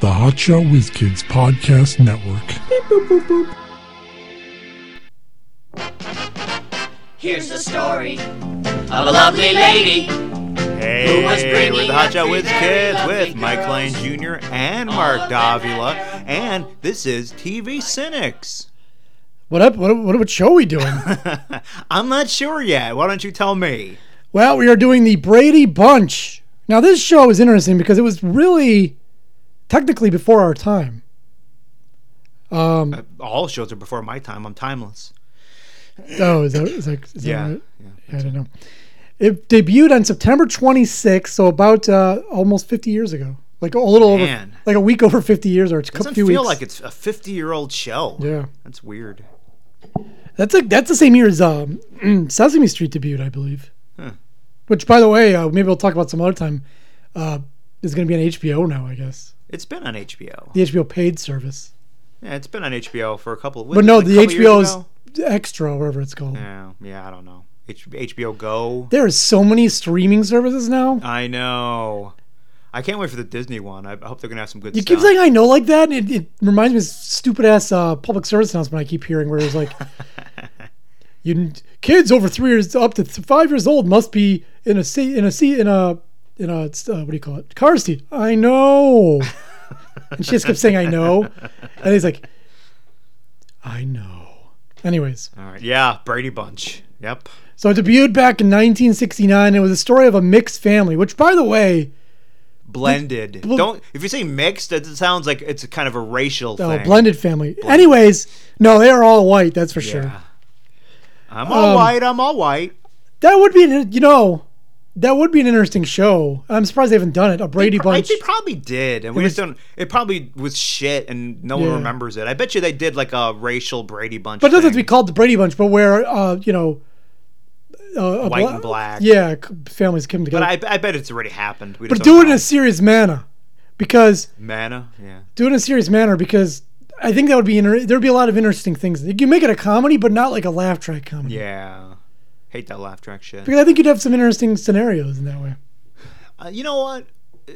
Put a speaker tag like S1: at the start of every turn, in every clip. S1: the Hotshot Whiz Kids Podcast Network.
S2: Here's the story of a lovely lady.
S3: Hey,
S2: was bringing
S3: we're the
S2: up
S3: Hot Shot
S2: three
S3: Wiz
S2: very
S3: Kids
S2: lovely Oh,
S3: with Mike Lane Jr. and Mark
S2: of them
S3: Davila, and this is TV Cynics.
S4: What up? What, what, what show are we doing?
S3: I'm not sure yet. Why don't you tell me?
S4: well, we are doing the Brady Bunch. Now, this show is interesting because it was really technically before our time. Um,
S3: Uh, All shows are before my time. I'm timeless.
S4: oh, is that, is that, is that
S3: Yeah,
S4: right?
S3: yeah.
S4: I don't know. It debuted on September 26th, so about uh, almost 50 years ago. Like a little
S3: Man.
S4: over, like a week over 50 years or a couple
S3: Doesn't
S4: few
S3: feel
S4: weeks.
S3: like it's a 50 year old show.
S4: Yeah.
S3: that's weird.
S4: That's like that's the same year as um, Sesame Street debuted, I believe. Which, by the way, uh, maybe we'll talk about some other time. Uh, is going to be on HBO now, I guess.
S3: It's been on HBO.
S4: The HBO paid service,
S3: Yeah, it's been on HBO for a couple.
S4: but no,
S3: like a
S4: the
S3: couple years
S4: HBO's
S3: ago?
S4: extra, or whatever it's called.
S3: Yeah, yeah, I don't know. H- HBO Go.
S4: There are so many streaming services now.
S3: I know. I can't wait for the Disney one. I I hope they're gonna have some good
S4: You
S3: stuff.
S4: keep saying I know like that, and it, it reminds me of stupid ass uh, public service announcement I keep hearing where it's like, you kids over three years up to th- five years old must be in a seat in a seat in a in a uh, what do you call it car seat. I know, and she just kept saying I know, and he's like, I know. Anyways,
S3: All right. Yeah, Brady Bunch. Yep.
S4: so it debuted back in 1969. It was a story of a mixed family, which, by the way,
S3: Blended.
S4: Well-
S3: Don't if you say mixed, it sounds like it's kind of a racial
S4: oh,
S3: thing.
S4: blended family. Anyways, no, they are all white. That's for sure.
S3: Yeah. I'm all
S4: Um,
S3: white. I'm all white.
S4: That would be, an, you know, that would be an interesting show. I'm surprised they haven't done it. A Brady
S3: They pro-
S4: Bunch.
S3: They probably did, and we
S4: was-
S3: just don't. It probably was shit, and no one
S4: Yeah.
S3: remembers it. I bet you they did like a racial Brady Bunch.
S4: but it doesn't have to
S3: thing.
S4: be called the Brady Bunch, but where, uh, you know, uh, a
S3: White
S4: bla-
S3: and black.
S4: Yeah, c- families come together.
S3: But
S4: But,
S3: I, I bet it's already happened. We just
S4: do
S3: don't
S4: it in a serious manner, because
S3: know. manna. Yeah.
S4: do it in a serious manner because I think that would be inter- there'd be a lot of interesting things. You can make it a comedy, but not like a laugh track comedy.
S3: Yeah. Hate that laugh track shit.
S4: Because I think you'd have some interesting scenarios in that way.
S3: Uh, you know what? Uh,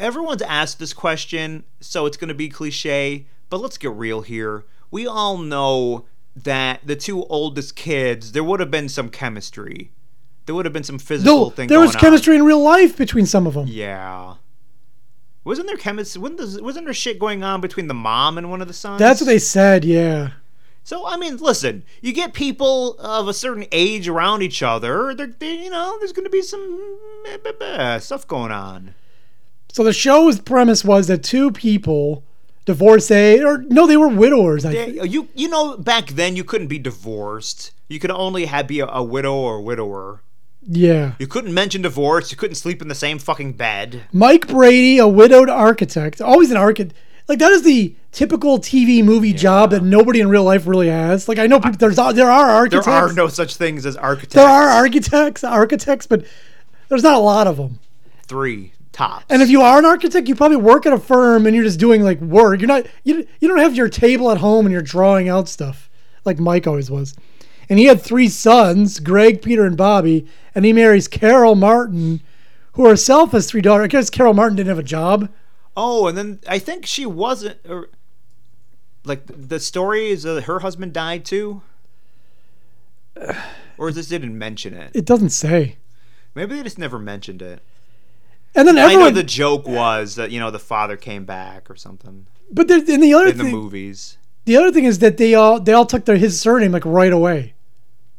S3: Everyone's asked this question, so it's going to be cliche, but let's get real here. We all know that the two oldest kids, there would have been some chemistry. There would have been some physical
S4: Though
S3: thing
S4: there was
S3: going on.
S4: chemistry in real life between some of them.
S3: Yeah. Wasn't there chemistry? Wasn't there, wasn't there shit going on between the mom and one of the sons?
S4: That's what they said. Yeah.
S3: So I mean, listen, you get people of a certain age around each other. They're, they, you know, there's going to be some eh, beh, beh, stuff going on.
S4: So the show's premise was that two people, divorcee or no, they were widowers. I think.
S3: Yeah, you you know back then you couldn't be divorced. You could only have be a, a widow or widower.
S4: Yeah.
S3: You couldn't mention divorce. You couldn't sleep in the same fucking bed.
S4: Mike Brady, a widowed architect, always an architect. Like that is the typical TV movie job that nobody in real life really has. Like I know people, there's there are
S3: There
S4: architects.
S3: are no such things as architects.
S4: there are architects, architects, but there's not a lot of them.
S3: three tops.
S4: And if you are an architect, you probably work at a firm and you're just doing like work. You're not you, you don't have your table at home and you're drawing out stuff like Mike always was. And he had three sons, Greg, Peter, and Bobby, and he marries Carol Martin, who herself has three daughters. I guess Carol Martin didn't have a job.
S3: oh, and then I think she wasn't. Or, like the- the story is that her husband died too. Or this didn't mention it.
S4: It doesn't say.
S3: Maybe they just never mentioned it.
S4: And then
S3: I
S4: everyone,
S3: know the joke was that you know the father came back or something
S4: but there, and the other
S3: in the
S4: thing,
S3: movies.
S4: the other thing is that they all they all took their his surname like right away,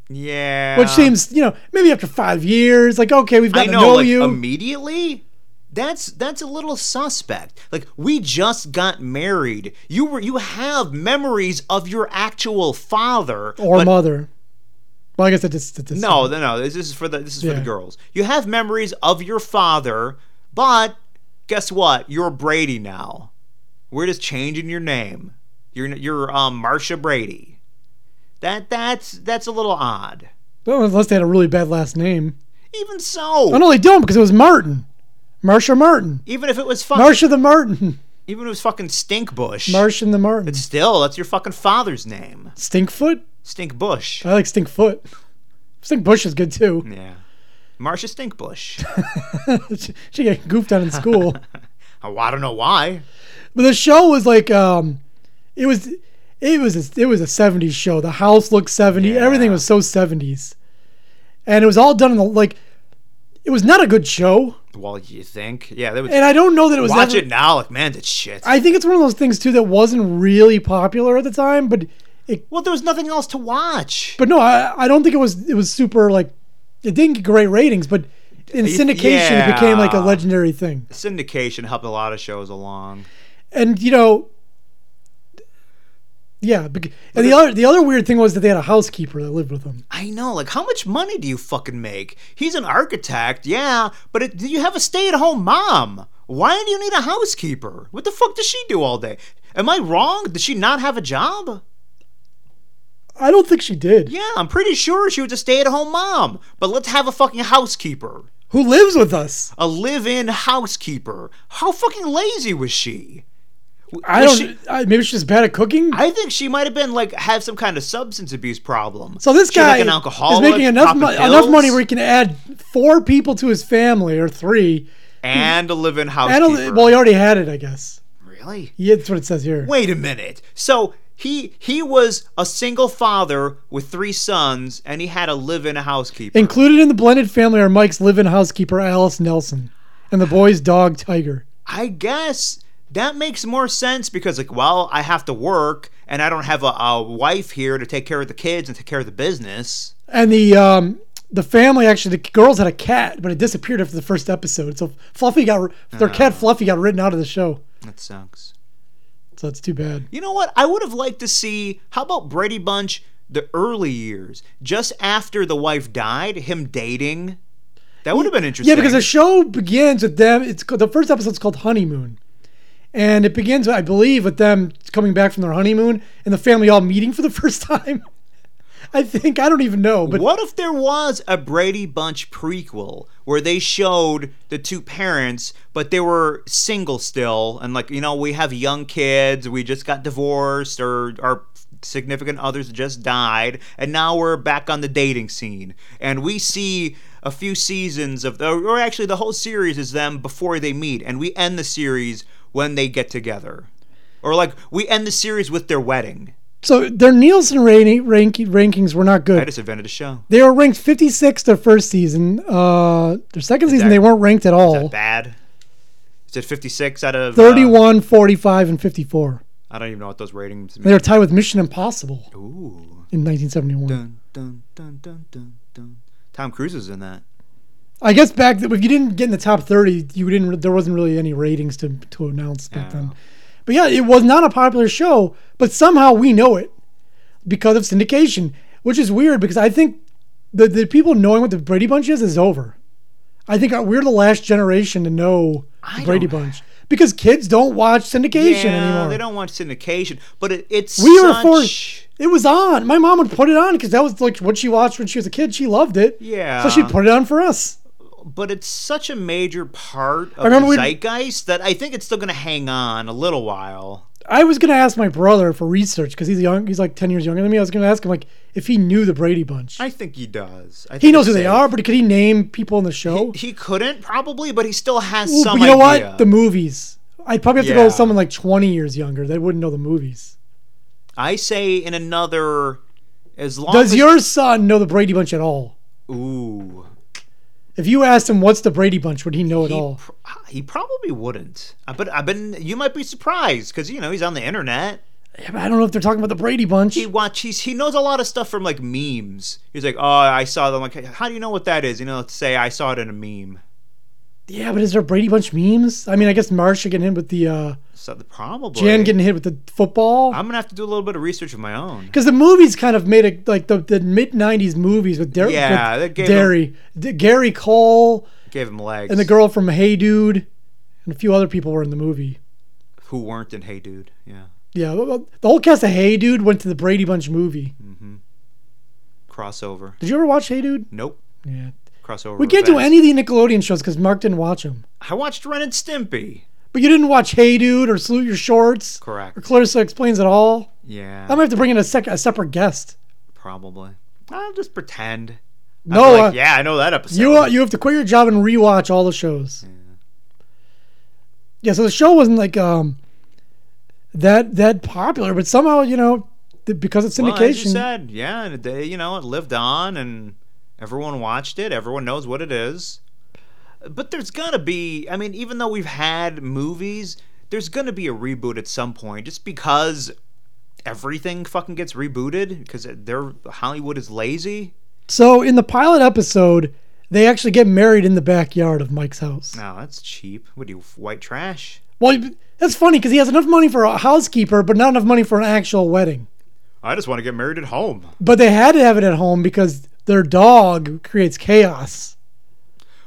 S3: Yeah,
S4: which seems you know maybe after five years, like okay, we've
S3: I
S4: got to
S3: know,
S4: know
S3: like,
S4: you.
S3: immediately. That's that's a little suspect. Like we just got married. You were you have memories of your actual father
S4: or
S3: but-
S4: mother. Well, I guess that just that just-
S3: No, no, no. This is for the this is for
S4: Yeah.
S3: the girls. You have memories of your father, but guess what? You're Brady now. We're just changing your name. You're you're um, Marsha Brady. That that's that's a little odd.
S4: Well, unless they had a really bad last name.
S3: Even so,
S4: Oh no, they don't because it was Martin, Marsha Martin,
S3: even if it was fucking
S4: Marsha the Martin,
S3: even if it was fucking Stinkbush.
S4: Martian the Martin. It's
S3: Still, that's your fucking father's name.
S4: Stinkfoot.
S3: Stink Bush.
S4: I like Stinkfoot. Stinkbush is good too.
S3: Yeah. Marsha Stinkbush.
S4: she got goofed on in school.
S3: Oh, I don't know why.
S4: But the show was like um it was it was a, it was a 70s show. The house looked 70s. Everything was so 70s. And it was all done in the like it was not a good show.
S3: Well, you think? Yeah, they would
S4: And I don't know that it was
S3: watch
S4: ever-
S3: it now. Like, man, that's shit.
S4: I think it's one of those things too that wasn't really popular at the time, but it
S3: well, there was nothing else to watch.
S4: but no, I I don't think it was it was super like it didn't get great ratings, but in syndication it became like a
S3: yeah.
S4: legendary thing.
S3: Syndication helped a lot of shows along.
S4: and you know yeah bec- and the other the other weird thing was that they had a housekeeper that lived with them
S3: I know. Like, how much money do you fucking make? He's an architect, yeah, but it, you have a stay-at-home mom. Why do you need a housekeeper? What the fuck does she do all day? Am I wrong? Did she not have a job?
S4: i don't think she did
S3: Yeah, I'm pretty sure she was a stay-at-home mom. But let's have a fucking housekeeper,
S4: who lives with us
S3: a live-in housekeeper. How fucking lazy was she?
S4: i don't
S3: Was she-
S4: I, maybe she's just bad at cooking
S3: I think she might have been like have some kind of substance abuse problem.
S4: so this
S3: She
S4: guy
S3: like an
S4: is
S3: alcoholic,
S4: making enough
S3: popping
S4: mo- enough money
S3: pills,
S4: where he can add four people to his family or three
S3: and a live-in
S4: and
S3: housekeeper.
S4: a, well he already had it i guess
S3: really?
S4: yeah, that's what it says here
S3: Wait a minute. So he he was a single father with three sons, and he had a live-in housekeeper.
S4: included in the blended family are mike's live-in housekeeper alice nelson and the boy's dog tiger
S3: I guess that makes more sense because, like, well, I have to work, and I don't have a, a wife here to take care of the kids and take care of the business.
S4: And the um, the family actually, the girls had a cat, but it disappeared after the first episode. So Fluffy got their cat Fluffy got written out of the show.
S3: That sucks.
S4: So that's too bad.
S3: You know what? I would have liked to see how about Brady Bunch the early years, just after the wife died, him dating. That would have been interesting.
S4: Yeah, because the show begins with them. It's called, the first episode's called Honeymoon, and it begins, I believe, with them coming back from their honeymoon and the family all meeting for the first time. I think I don't even know, but
S3: what if there was a Brady Bunch prequel where they showed the two parents, but they were single still, and like you know, we have young kids, we just got divorced, or our significant others just died, and now we're back on the dating scene, and we see a few seasons of, the, or actually the whole series is them before they meet, and we end the series when they get together, or like we end the series with their wedding.
S4: so their Nielsen rating, rank, rankings were not
S3: I
S4: good.
S3: just invented a show.
S4: They were ranked 56th their first season. Uh, their second season
S3: that-
S4: they weren't ranked at all.
S3: Is that bad? Is it 56 out of uh,
S4: 31, 45, and 54.
S3: I don't even know what those ratings
S4: They
S3: mean.
S4: were tied with Mission Impossible
S3: Ooh.
S4: in 1971.
S3: Dun, dun, dun, dun, dun, dun. Tom Cruise is in that.
S4: I guess back th- if you didn't get in the top 30, you didn't. There wasn't really any ratings to to announce back then. But yeah, it was not a popular show, but somehow we know it because of syndication, which is weird because I think the the people knowing what the Brady Bunch is is over. I think uh, we're the last generation to know the
S3: I
S4: Brady
S3: don't-
S4: Bunch because kids don't watch syndication
S3: yeah,
S4: anymore.
S3: They don't want syndication, but it, it's
S4: We were
S3: such-
S4: forced. It was on. My mom would put it on because that was like what she watched when she was a kid. She loved it.
S3: Yeah.
S4: So she put it on for us.
S3: But it's such a major part of
S4: remember
S3: the
S4: we'd-
S3: zeitgeist that I think it's still going to hang on a little while.
S4: I was gonna ask my brother for research because he's young. He's like ten years younger than me. I was gonna ask him like if he knew the Brady Bunch.
S3: I think he does. I
S4: he
S3: think
S4: knows who
S3: it's
S4: they
S3: safe.
S4: are, but could he name people in the show?
S3: He couldn't probably, but he still has
S4: Ooh, but
S3: some
S4: you know
S3: idea.
S4: what? The movies. I'd probably have to go with
S3: Yeah.
S4: someone like twenty years younger. They wouldn't know the movies.
S3: I say in another, as long
S4: Does
S3: as
S4: your son know the Brady Bunch at all?
S3: ooh
S4: If you asked him what's the Brady Bunch, would he know it
S3: he
S4: all?
S3: pr- he probably wouldn't. I But I've been. You might be surprised because you know he's on the internet.
S4: Yeah, but I don't know if they're talking about the Brady Bunch.
S3: He watch. He's, he knows a lot of stuff from like memes. He's like, oh, I saw them. Like, how do you know what that is? You know, let's say I saw it in a meme.
S4: Yeah, but is there Brady Bunch memes? I mean, I guess Marsha getting hit with the uh,
S3: So the probably.
S4: Jan getting hit with the football
S3: I'm gonna have to do a little bit of research of my own.
S4: because the movies kind of made it like the, the mid '90s movies with, Dar-
S3: Yeah,
S4: with
S3: that gave
S4: Derry, D- Gary Cole,
S3: Gave him legs.
S4: and the girl from Hey Dude, and a few other people were in the movie.
S3: who weren't in Hey Dude. Yeah,
S4: Yeah, well, the whole cast of Hey Dude went to the Brady Bunch movie.
S3: crossover.
S4: Did you ever watch Hey Dude?
S3: Nope.
S4: Yeah,
S3: Crossover.
S4: we can't do
S3: event.
S4: any of the Nickelodeon shows because Mark didn't watch them.
S3: I watched Ren and Stimpy.
S4: But you didn't watch Hey Dude or Salute Your Shorts or
S3: Correct.
S4: Clarissa Explains It All.
S3: Yeah.
S4: I'm gonna have to bring in a sec a separate guest.
S3: probably. I'll just pretend. I'll be
S4: No,
S3: like,
S4: uh,
S3: yeah, I know that episode.
S4: You uh, you have to quit your job and rewatch all the shows. yeah, so the show wasn't like um that that popular, but somehow you know th- because it's
S3: Well, as you
S4: syndication.
S3: said, yeah, and they, you know, it lived on, and everyone watched it. Everyone knows what it is. But there's gonna be. I mean, even though we've had movies, there's gonna be a reboot at some point, just because everything fucking gets rebooted because they're Hollywood is lazy.
S4: so in the pilot episode, they actually get married in the backyard of Mike's house.
S3: No, that's cheap. What do you white trash?
S4: Well, you- that's funny because he has enough money for a housekeeper, but not enough money for an actual wedding.
S3: I just want to get married at home.
S4: But they had to have it at home because their dog creates chaos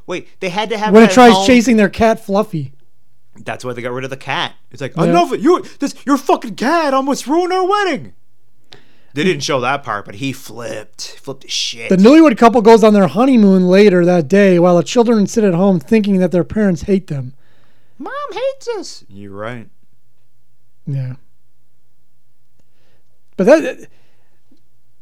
S3: Wait, they had to have
S4: when
S3: it
S4: it
S3: at
S4: tries
S3: home?
S4: chasing their cat Fluffy.
S3: That's why they got rid of the cat. It's like
S4: Yeah.
S3: enough. You this your fucking cat almost ruined our wedding. They didn't show that part, but he flipped, flipped his shit.
S4: The newlywed couple goes on their honeymoon later that day while the children sit at home thinking that their parents hate them.
S3: Mom hates us. You're right.
S4: Yeah. But that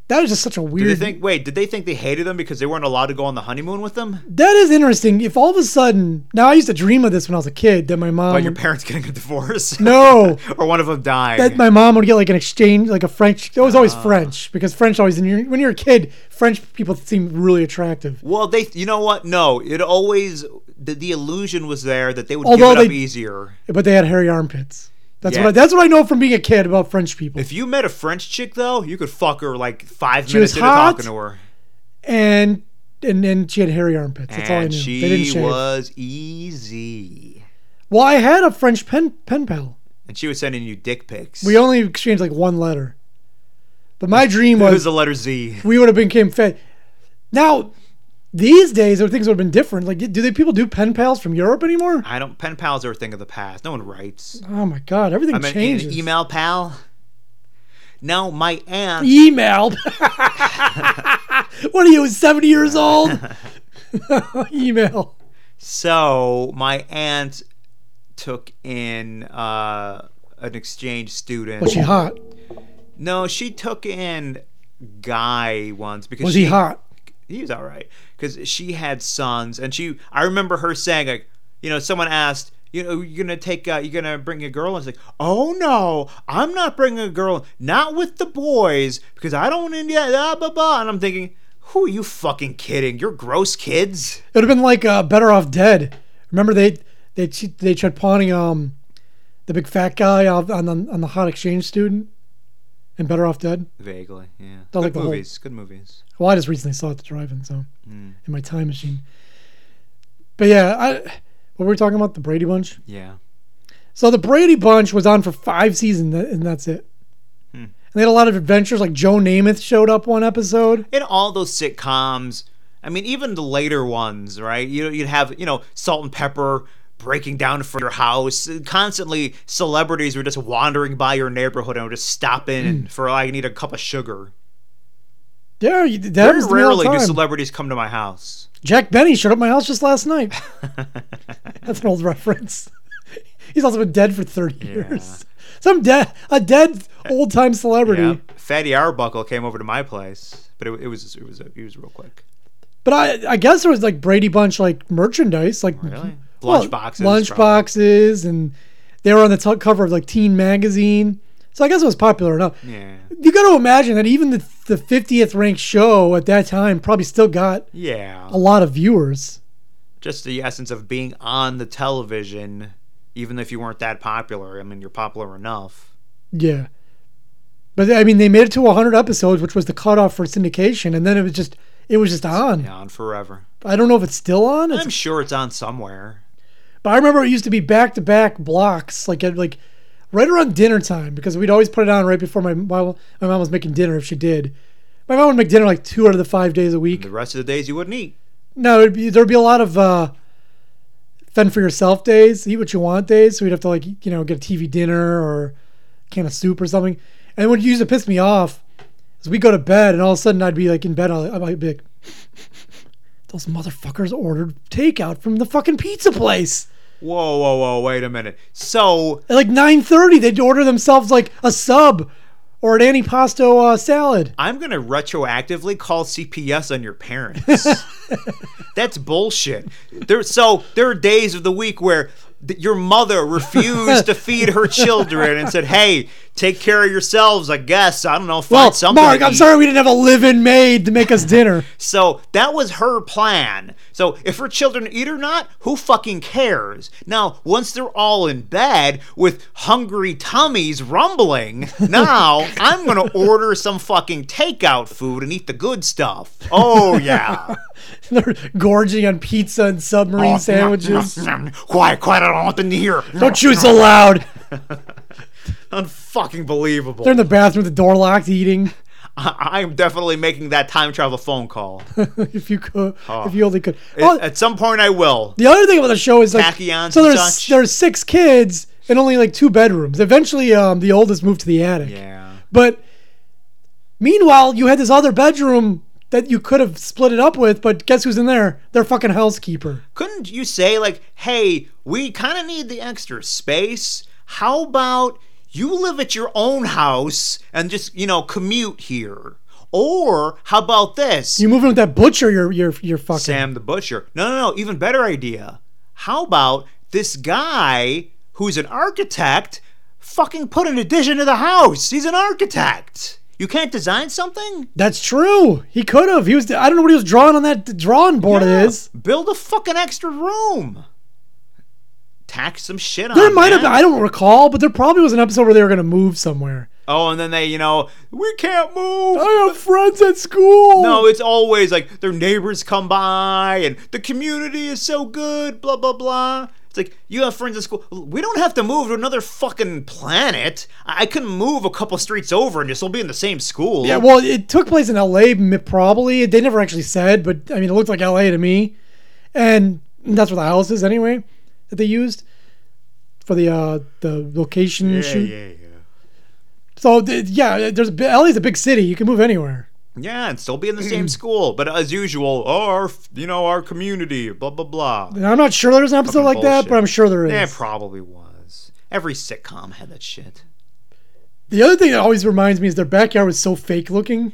S4: that is just such a weird
S3: Did they think? Wait, did they think they hated them because they weren't allowed to go on the honeymoon with them?
S4: That is interesting. If all of a sudden now I used to dream of this when I was a kid that my mom
S3: About your
S4: would-
S3: parents getting a divorce?
S4: Um, No.
S3: or one of them dying.
S4: that my mom would get like an exchange, like a French. It was always
S3: Ah.
S4: French because French always. And you're, when you're a kid, French people seem really attractive.
S3: well, they. You know what? No, it always the, the illusion was there that they would
S4: Although
S3: give it up
S4: they-
S3: easier.
S4: But they had hairy armpits. That's
S3: Yeah.
S4: what I, that's what I know from being a kid about French people.
S3: If you met a French chick though, you could fuck her like five
S4: She was
S3: minutes into
S4: hot.
S3: talking to her.
S4: and and and she had hairy armpits. That's all I
S3: and
S4: knew.
S3: she
S4: they didn't shave.
S3: was E easy.
S4: well, I had a French pen pen pal.
S3: And she was sending you dick pics.
S4: We only exchanged like one letter. But my dream
S3: it was
S4: was
S3: the letter Z.
S4: we would have became fed. Now, these days, things would have been different. Like, do they people do pen pals from Europe anymore?
S3: I don't. Pen pals are a thing of the past. No one writes.
S4: Oh my God, everything
S3: I mean,
S4: changes.
S3: an email pal. No, my aunt.
S4: email. what are you, 70 years old? email.
S3: So my aunt took in uh, an exchange student.
S4: Was she hot?
S3: no, she took in guy once because
S4: Was he
S3: she-
S4: hot?
S3: he was all right because she had sons and she i remember her saying like you know someone asked you know you're gonna take uh, you're gonna bring a girl and it's like oh no i'm not bringing a girl not with the boys because i don't want yeah blah blah blah and i'm thinking who are you fucking kidding you're gross kids
S4: It would have been like uh, Better Off Dead. Remember they they che- they tried pawning um the big fat guy off on the, on the hot exchange student and Better Off Dead.
S3: vaguely yeah
S4: Not
S3: good
S4: like the whole-
S3: movies good movies
S4: Well, I just recently saw it at the drive-in, so in my time machine. But yeah, I what were we talking about? The Brady Bunch.
S3: yeah
S4: So the Brady Bunch was on for five seasons, tha- and that's it. And they had a lot of adventures. Like Joe Namath showed up one episode.
S3: in all those sitcoms i mean even the later ones right you you'd have you know salt and pepper breaking down for your house constantly celebrities were just wandering by your neighborhood and would just stop in
S4: Hmm.
S3: and for i need a cup of sugar
S4: Yeah, you- that
S3: very
S4: happens to me all the
S3: rarely do
S4: time.
S3: celebrities come to my house
S4: Jack Benny showed up at my house just last night. that's an old reference. He's also been dead for thirty years. Some dead, a dead old time celebrity.
S3: yeah. fatty arbuckle came over to my place but it, it was it was it was real quick
S4: But I, I guess there was like Brady Bunch like merchandise, like
S3: really
S4: well,
S3: lunch boxes
S4: lunch
S3: probably.
S4: boxes, and they were on the top cover of like Teen magazine. So I guess it was popular enough.
S3: yeah
S4: You got to imagine that even the the fiftieth ranked show at that time probably still got
S3: yeah
S4: a lot of viewers.
S3: just the essence of being on the television even if you weren't that popular i mean you're popular enough
S4: Yeah, but I mean they made it to hundred episodes, which was the cutoff for syndication, and then it was just it was just on.
S3: Yeah, on forever.
S4: I don't know if it's still on. It's,
S3: I'm sure it's on somewhere.
S4: but I remember it used to be back to back blocks, like at like right around dinner time, because we'd always put it on right before my my, my mom was making dinner if she did. My mom would make dinner like two out of the five days a week.
S3: The rest of the days you wouldn't eat.
S4: No, it'd be, there'd be a lot of uh, fend for yourself days, eat what you want days. So we'd have to like you know get a TV dinner or a can of soup or something. And what used to piss me off is we would go to bed and all of a sudden I'd be like in bed, I'd, I'd be like, those motherfuckers ordered takeout from the fucking pizza place
S3: Whoa, whoa, whoa! Wait a minute. So
S4: at like nine thirty. They'd order themselves like a sub or an antipasto uh, salad.
S3: I'm gonna retroactively call CPS on your parents. That's bullshit. There, so there are days of the week where that your mother refused to feed her children and said, "Hey, take care of yourselves." I guess I don't know. Find
S4: Well,
S3: something.
S4: Mark,
S3: to
S4: I'm
S3: eat."
S4: sorry we didn't have a live-in maid to make us dinner.
S3: So that was her plan. So if her children eat or not, who fucking cares? Now, once they're all in bed with hungry tummies rumbling, now I'm going to order some fucking takeout food and eat the good stuff. Oh, yeah.
S4: They're gorging on pizza and submarine sandwiches.
S3: quiet, quiet. I don't want them to hear.
S4: Don't shoot so loud.
S3: Unfucking believable.
S4: They're in the bathroom, the door locked, eating.
S3: I- I'm definitely making that time travel phone call.
S4: if you could, if you only could. Oh,
S3: At at some point, I will.
S4: the other thing about the show is like,
S3: Tachyons
S4: so
S3: and
S4: there's
S3: such.
S4: there's six kids and only like two bedrooms. Eventually, um, the oldest moved to the attic.
S3: Yeah.
S4: But meanwhile, you had this other bedroom that you could have split it up with. But guess who's in there? Their fucking housekeeper.
S3: couldn't you say like hey we kind of need the extra space how about you live at your own house and just you know commute here or how about this
S4: You move in with that butcher. You're you're you're fucking.
S3: sam the butcher no no no even better idea how about this guy who's an architect fucking put an addition to the house he's an architect you can't design something
S4: That's true. He could have. He was. I don't know what he was drawing on that drawing board.
S3: Yeah,
S4: It is.
S3: build a fucking extra room tax some shit on
S4: There might have.
S3: man.
S4: been- I don't recall, but there probably was an episode where they were going to move somewhere.
S3: Oh, and then they, you know, we can't move.
S4: I have friends at school.
S3: No, it's always like their neighbors come by and the community is so good, blah, blah, blah. It's like, you have friends at school. We don't have to move to another fucking planet. I I can move a couple streets over and just we'll be in the same school.
S4: Yeah, well, it took place in L.A. m- Probably they never actually said, but I mean, it looked like L.A. to me, and that's where the house is anyway that they used for the uh the location
S3: yeah,
S4: shoot.
S3: yeah, yeah.
S4: So th- yeah, there's a bi- L.A.'s a big city. You can move anywhere.
S3: Yeah, and still be in the same school. But as usual, oh, our, f- you know, our community, blah, blah, blah.
S4: And I'm not sure there was an episode
S3: Fucking
S4: like that,
S3: bullshit.
S4: but I'm sure there is.
S3: Yeah, it probably was. Every sitcom had that shit.
S4: The other thing that always reminds me is their backyard was so fake looking.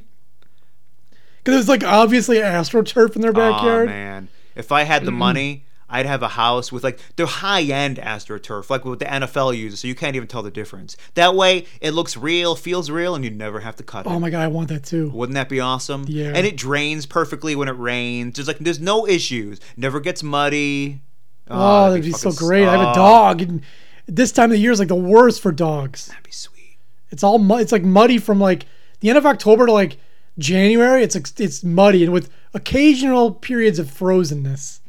S4: Because it was like obviously astroturf in their backyard.
S3: Oh man, if I had the money, I'd have a house with like the high end AstroTurf, like what the NFL uses, so you can't even tell the difference. That way, it looks real, feels real, and you never have to cut it.
S4: oh my god, I want that too.
S3: Wouldn't that be awesome?
S4: Yeah.
S3: And it drains perfectly when it rains. There's like there's no issues. Never gets muddy.
S4: Oh,
S3: that'd
S4: that'd be so
S3: fucking-
S4: great. I have
S3: oh,
S4: a dog, and this time of the year is like the worst for dogs.
S3: That'd be sweet.
S4: It's all mu- it's like muddy from like the end of October to like January. It's like, it's muddy and with occasional periods of frozenness.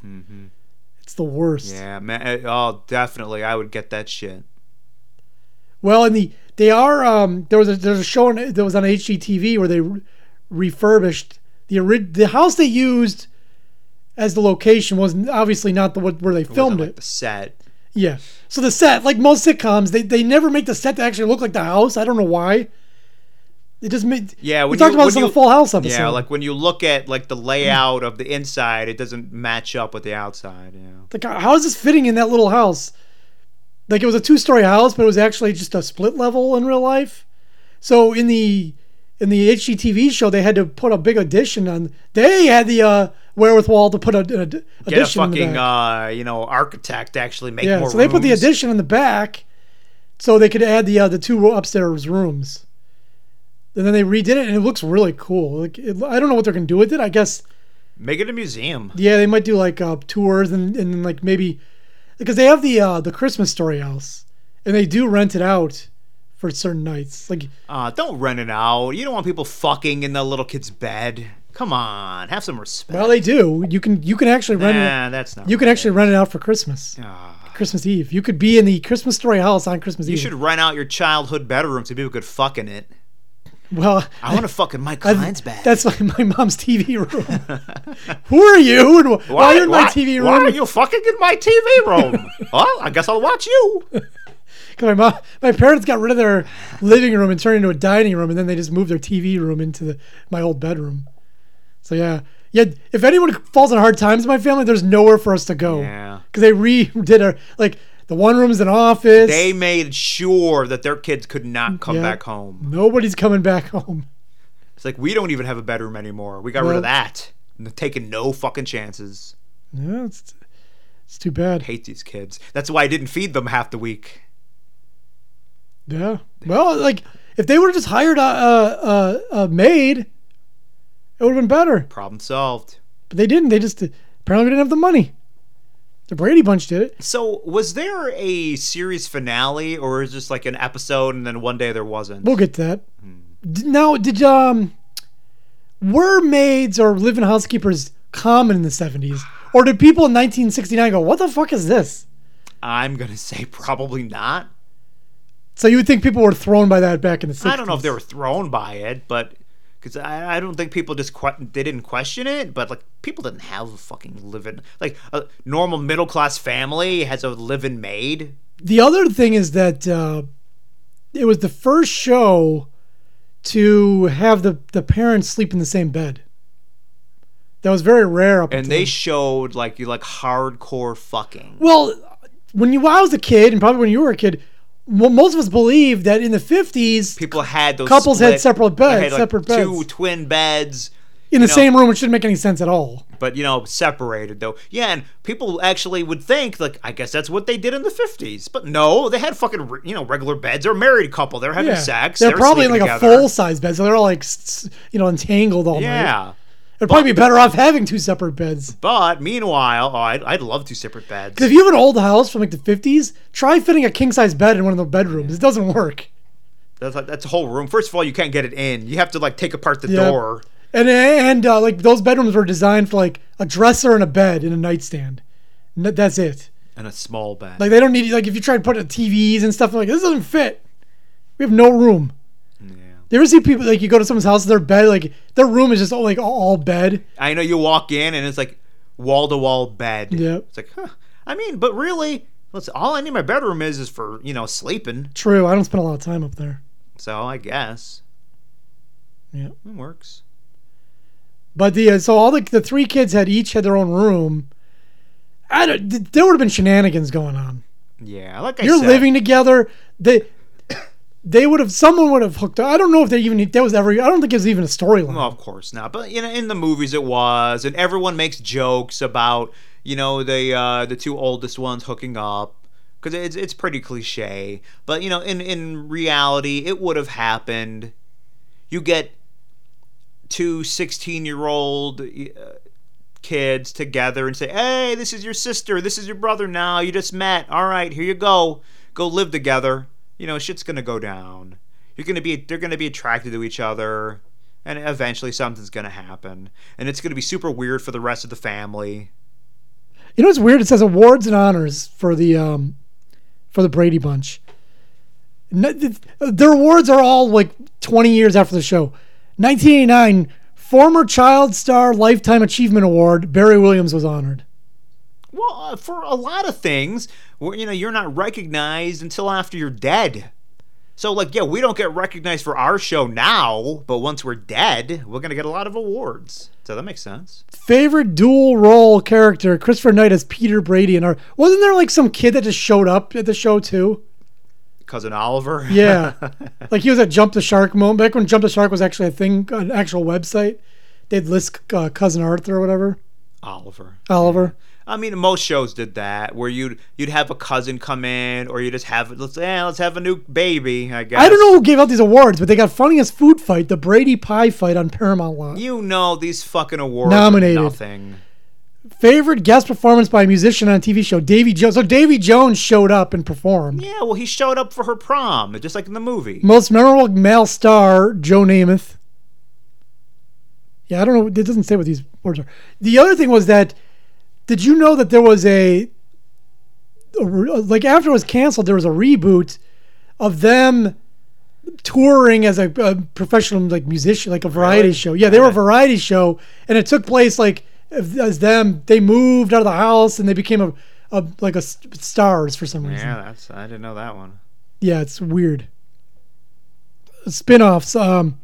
S4: It's the worst.
S3: Mm-hmm. Yeah, man. Oh, definitely. I would get that shit.
S4: Well, and the they are um there was a there's a show on, that was on HGTV where they re- refurbished the ori- the house they used as the location was obviously not the what where they
S3: Wasn't,
S4: filmed it.
S3: like, the set.
S4: Yeah. So the set, like most sitcoms, they, they never make the set to actually look like the house. I don't know why. It just made
S3: Yeah,
S4: we
S3: when
S4: talked
S3: you-
S4: about this
S3: when
S4: on the
S3: you-
S4: Full House episode.
S3: Yeah, like when you look at like the layout of the inside, it doesn't match up with the outside. You know.
S4: Like, how is this fitting in that little house? Like it was a two story house, but it was actually just a split level in real life. So in the in the HGTV show, they had to put a big addition on. They had the uh, wherewithal to put a, an ad-
S3: get a
S4: addition in the
S3: fucking
S4: back.
S3: uh, you know architect to actually make
S4: yeah,
S3: more.
S4: so they put the
S3: rooms.
S4: addition in the back, so they could add the uh, the two upstairs rooms. And then they redid it, and it looks really cool. Like it, I don't know what they're gonna do with it. I guess
S3: Make it a museum.
S4: yeah, they might do like uh, tours and and then, like maybe because they have the uh, the Christmas story house, and they do rent it out for certain nights. Like
S3: Uh, don't rent it out. You don't want people fucking in the little kid's bed. Come on, have some respect.
S4: well, they do. You can you can actually rent it.
S3: nah, that's not.
S4: You can
S3: right.
S4: actually rent it out for Christmas,
S3: Ah,
S4: Christmas Eve. You could be in the Christmas story house on Christmas
S3: you
S4: Eve.
S3: should rent out your childhood bedroom so people could fuck in it.
S4: well,
S3: I want to fuck in Mike
S4: I-
S3: Klein's bed.
S4: That's my, my mom's TV room. Who are you? And why, are you in my TV room?
S3: Why are you fucking in my TV room? well, I guess I'll watch you.
S4: 'Cause my mom, my parents got rid of their living room and turned it into a dining room, and then they just moved their TV room into the, my old bedroom. So yeah, yeah. If anyone falls on hard times in my family, there's nowhere for us to go.
S3: Yeah.
S4: Because they redid our like the one room's an office.
S3: They made sure that their kids could not come
S4: Mm, Yeah.
S3: back home.
S4: Nobody's coming back home.
S3: It's like we don't even have a bedroom anymore. We got rid
S4: Well-
S3: of that. Taking no fucking chances.
S4: Yeah, it's, It's too bad.
S3: Hate these kids. That's why I didn't feed them half the week.
S4: Yeah. Well, like if they would have just hired a, a, a, a maid, it would have been better.
S3: Problem solved.
S4: But they didn't. They just apparently didn't have the money. The Brady Bunch did it.
S3: So, was there a series finale, or is this like an episode and then one day there wasn't?
S4: We'll get to that.
S3: Hmm.
S4: D- Now, did um, were maids or living housekeepers common in the seventies, or did people in 1969 go, "What the fuck is this"?
S3: I'm gonna say probably not.
S4: So you would think people were thrown by that back in the 60s.
S3: I don't know if they were thrown by it, but because I, I don't think people just que- they didn't question it, but like people didn't have a fucking living like a normal middle class family has a living maid.
S4: The other thing is that uh, it was the first show to have the, the parents sleep in the same bed. That was very rare up
S3: And
S4: until
S3: they showed like you like hardcore fucking.
S4: well, when you when I was a kid, and probably when you were a kid, well, most of us believed that in the fifties,
S3: People had those
S4: Couples had
S3: split-
S4: separate
S3: they
S4: beds, separate
S3: two
S4: beds.
S3: twin beds.
S4: in the
S3: know-
S4: same room, it shouldn't make any sense at all.
S3: but you know separated though yeah and people actually would think like i guess that's what they did in the 50s but no they had fucking re- you know regular beds they're a married couple they're having
S4: Yeah.
S3: sex
S4: They're, probably in like
S3: sleeping
S4: a
S3: together.
S4: full size bed, so they're all like s- s- you know entangled all night.
S3: yeah
S4: It'd probably be better off having two separate beds.
S3: but meanwhile oh, I'd, I'd love two separate beds
S4: If you have an old house from like the fifties, try fitting a king size bed in one of the bedrooms. It doesn't work.
S3: that's like that's a whole room first of all you can't get it in you have to like take apart the
S4: Yep.
S3: door
S4: And and uh, like those bedrooms were designed for like a dresser and a bed and a nightstand. And that- that's it.
S3: and a small bed
S4: Like they don't need like if you try to put in TVs and stuff like this doesn't fit. We have no room.
S3: yeah.
S4: You ever see people like you go to someone's house, their bed like their room is just all like all, all bed.
S3: i know you walk in and it's like wall-to-wall bed
S4: Yep.
S3: it's like huh i mean but really let's all i need my bedroom is is for you know sleeping
S4: True, I don't spend a lot of time up there.
S3: so i guess
S4: Yeah.
S3: it works
S4: But the uh, so all the the three kids had each had their own room. I don't, th- there would have been shenanigans going on.
S3: Yeah, like I
S4: You're
S3: said,
S4: living together. They they would have someone would have hooked up. I don't know if they even that was ever. I don't think it was even a storyline.
S3: Well, of course not, but you know, in the movies it was, and everyone makes jokes about you know the uh, the two oldest ones hooking up because it's it's pretty cliche. But you know, in in reality, it would have happened. You get two 16 year old. Uh, kids together and say hey this is your sister this is your brother now you just met all right here you go go live together you know shit's gonna go down you're gonna be they're gonna be attracted to each other and eventually something's gonna happen and it's gonna be super weird for the rest of the family
S4: You know what's weird? It says awards and honors for the um, for the Brady Bunch. No- th- Their awards are all like 20 years after the show. 1989, former Child Star Lifetime Achievement Award, Barry Williams was honored.
S3: well uh, for a lot of things where you know you're not recognized until after you're dead so like yeah we don't get recognized for our show now but once we're dead we're gonna get a lot of awards so that makes sense
S4: Favorite dual role character, Christopher Knight as Peter Brady. And our, wasn't there like some kid that just showed up at the show too?
S3: cousin oliver
S4: Yeah. like he was at Jump the Shark moment. Back when Jump the Shark was actually a thing, an actual website. They'd list uh, Cousin Arthur or whatever,
S3: oliver
S4: Oliver.
S3: I mean, most shows did that, where you'd you'd have a cousin come in, or you just have let's eh, let's have a new baby. I guess
S4: I don't know who gave out these awards, but they got funniest food fight, the Brady pie fight on Paramount Lot.
S3: You know these fucking awards
S4: Nominated.
S3: Are nothing.
S4: Favorite guest performance by a musician on a TV show, Davy Jones. So Davy Jones showed up and performed.
S3: Yeah, well, he showed up for her prom, just like in the movie.
S4: Most memorable male star, Joe Namath. Yeah, I don't know. It doesn't say what these awards are. The other thing was that, did you know that there was a, a re- like after it was canceled, there was a reboot of them touring as a, a professional like musician, like a variety
S3: Really?
S4: show. Yeah, they were a variety show, and it took place like as as them. They moved out of the house and they became a, a like a s- stars for some reason.
S3: Yeah, that's I didn't know that one.
S4: Yeah, it's weird. Spin-offs. Um,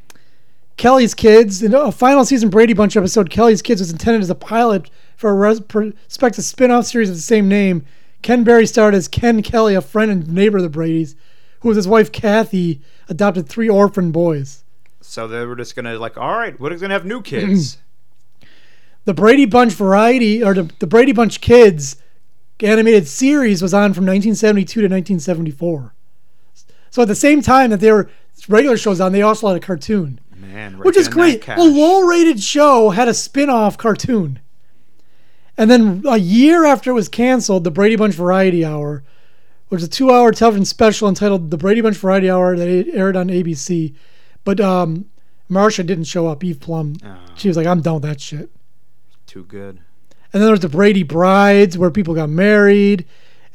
S4: Kelly's Kids. In a final season Brady Bunch episode, Kelly's Kids was intended as a pilot for a res- prospective spin-off series of the same name. Ken Berry starred as Ken Kelly, a friend and neighbor of the Brady's, who with his wife Kathy adopted three orphan boys.
S3: So they were just gonna like, all right, we're just gonna have new
S4: Mm.
S3: kids.
S4: The Brady Bunch variety, or the, the Brady Bunch kids, animated series was on from 1972 to 1974. So at the same time that they were regular shows on, they also had a cartoon,
S3: Man,
S4: which is
S3: Regina
S4: great.
S3: Cash.
S4: A low-rated show had a spin-off cartoon. And then a year after it was canceled, the Brady Bunch Variety Hour, which was a two-hour television special entitled "The Brady Bunch Variety Hour" that aired on ABC. But um, Marsha didn't show up. Eve Plum, she was like, "I'm done with that shit."
S3: Too good.
S4: And then there was the Brady Brides, where people got married,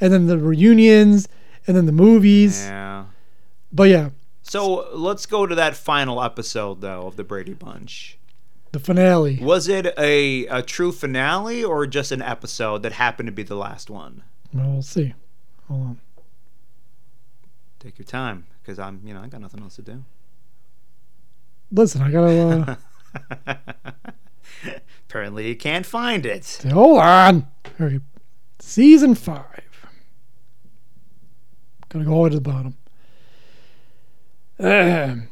S4: and then the reunions, and then the movies.
S3: Yeah.
S4: But yeah,
S3: So let's go to that final episode though of the Brady Bunch.
S4: the finale.
S3: Was it a, a true finale or just an episode that happened to be the last one?
S4: Well, we'll see. Hold on.
S3: Take your time, because I'm you know I got nothing else to do.
S4: Listen, I gotta. Uh,
S3: Apparently, you can't find it.
S4: say- hold on. Okay. Season five. Gotta go all the way to the bottom. Ahem.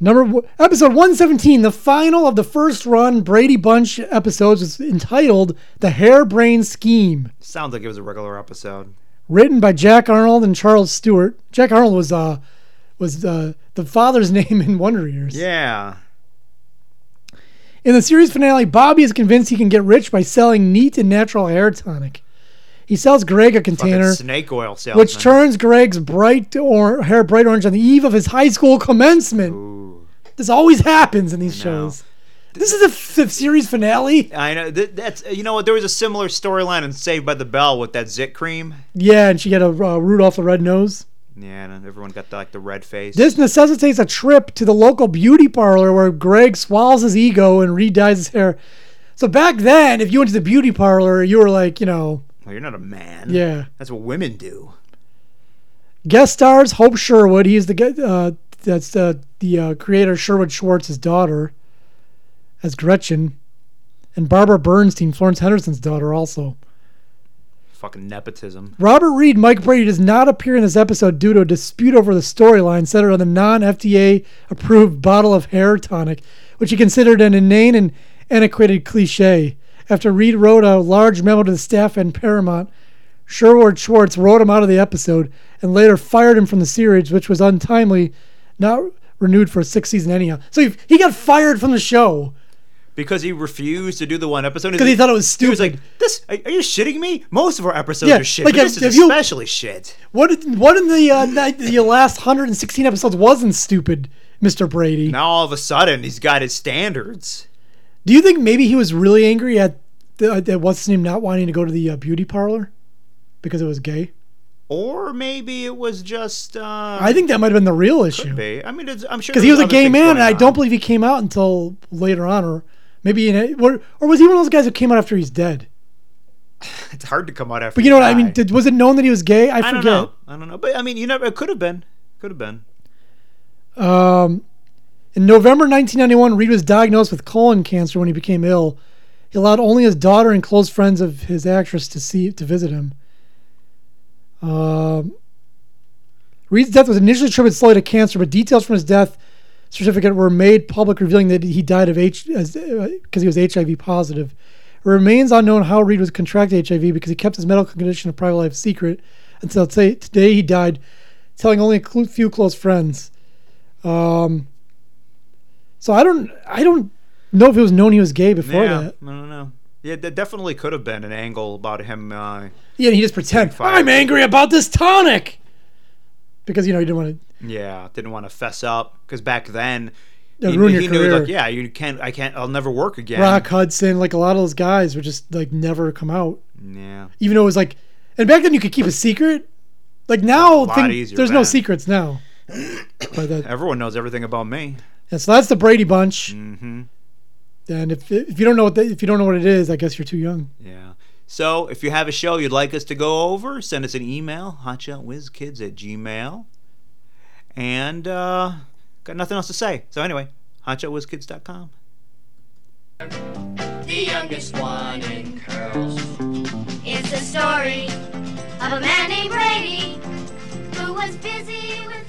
S4: Number one, episode 117, the final of the first run Brady Bunch episodes, is entitled The Harebrained Scheme.
S3: Sounds like it was a regular episode.
S4: written by Jack Arnold and Charles Stewart. Jack Arnold was uh was uh, the father's name in Wonder Years.
S3: Yeah.
S4: In the series finale, Bobby is convinced he can get rich by selling neat and natural hair tonic. He sells Greg a
S3: Fucking
S4: container,
S3: snake oil salesman.
S4: which turns Greg's bright or hair bright orange on the eve of his high school commencement.
S3: Ooh.
S4: This always happens in these
S3: I know.
S4: shows. This is a fifth series finale.
S3: I know th- that's you know what there was a similar storyline in Saved by the Bell with that zit cream.
S4: Yeah, and she got a uh, Rudolph the Red Nose.
S3: Yeah, and everyone got the, like the red face.
S4: This necessitates a trip to the local beauty parlor where Greg swallows his ego and redyes his hair. So back then, if you went to the beauty parlor, you were like, you know,
S3: well, you're not a man.
S4: yeah.
S3: That's what women do.
S4: Guest stars Hope Sherwood. He's the gu- uh, that's the the uh, creator Sherwood Schwartz's daughter as Gretchen, and Barbara Bernstein, Florence Henderson's daughter, also.
S3: Fucking nepotism.
S4: Robert Reed, Mike Brady does not appear in this episode due to a dispute over the storyline centered on the non-FDA approved bottle of hair tonic, which he considered an inane and antiquated cliche. After Reed wrote a large memo to the staff and Paramount, Sherwood Schwartz wrote him out of the episode and later fired him from the series, which was untimely, not renewed for a sixth season anyhow. So he, he got fired from the show
S3: Because he refused to do the one episode.
S4: because he thought it was
S3: he
S4: stupid.
S3: was like, "This? Are are you shitting me? Most of our episodes
S4: Yeah,
S3: are shit.
S4: like,
S3: but
S4: if-
S3: this
S4: if
S3: is
S4: you-
S3: especially shit."
S4: What did- what in the uh, ni- the last 116 episodes wasn't stupid, Mr. Brady?
S3: Now all of a sudden he's got his standards.
S4: Do you think maybe he was really angry at the, at the- what's his name not wanting to go to the uh, beauty parlor because it was gay?
S3: Or maybe it was just. Uh,
S4: I think that might have been the real issue
S3: Maybe. I mean, it's, I'm sure
S4: because he was a gay man, and I don't believe he came out until later on, or maybe in a, or, or was he one of those guys who came out after he's dead?
S3: It's hard to come out after.
S4: But you know what I
S3: die.
S4: mean? Did, was it known that he was gay? I
S3: I
S4: forget.
S3: don't know. I don't know. But I mean, you never. It could have been. Could have been.
S4: Um, in November 1991, Reed was diagnosed with colon cancer when he became ill. He allowed only his daughter and close friends of his actress to see to visit him. Um, Reed's death was initially attributed solely to cancer, but details from his death certificate were made public, revealing that he died of H because he was HIV positive. It remains unknown how Reed was contracted HIV because he kept his medical condition a private life secret until t- today he died, telling only a cl- few close friends. Um, so I don't, I don't know if it was known he was gay before
S3: yeah.
S4: that.
S3: I don't know. Yeah, that definitely could have been an angle about him. Uh,
S4: Yeah, and he just pretend
S3: fired.
S4: I'm angry about this tonic because you know he didn't want to.
S3: yeah, didn't want to fess up because back then.
S4: It'd
S3: he,
S4: ruin your
S3: he
S4: career.
S3: knew like, yeah, you can't. I can't. I'll never work again.
S4: Rock Hudson, like a lot of those guys, would just like never come out,
S3: Yeah.
S4: even though it was like, and back then you could keep a secret. Like now,
S3: lot
S4: thing-
S3: easier
S4: there's no
S3: back.
S4: secrets now. But that,
S3: Everyone knows everything about me.
S4: and so that's the Brady Bunch.
S3: Mm-hmm.
S4: And if if you don't know what that if you don't know what it is, I guess you're too young.
S3: Yeah. So if you have a show you'd like us to go over, send us an email, hotshotwizkids at gmail. And uh, got nothing else to say. So anyway, hotshotwizkids.com.
S2: The youngest one in curls.
S5: It's the story of a man named Brady who was busy with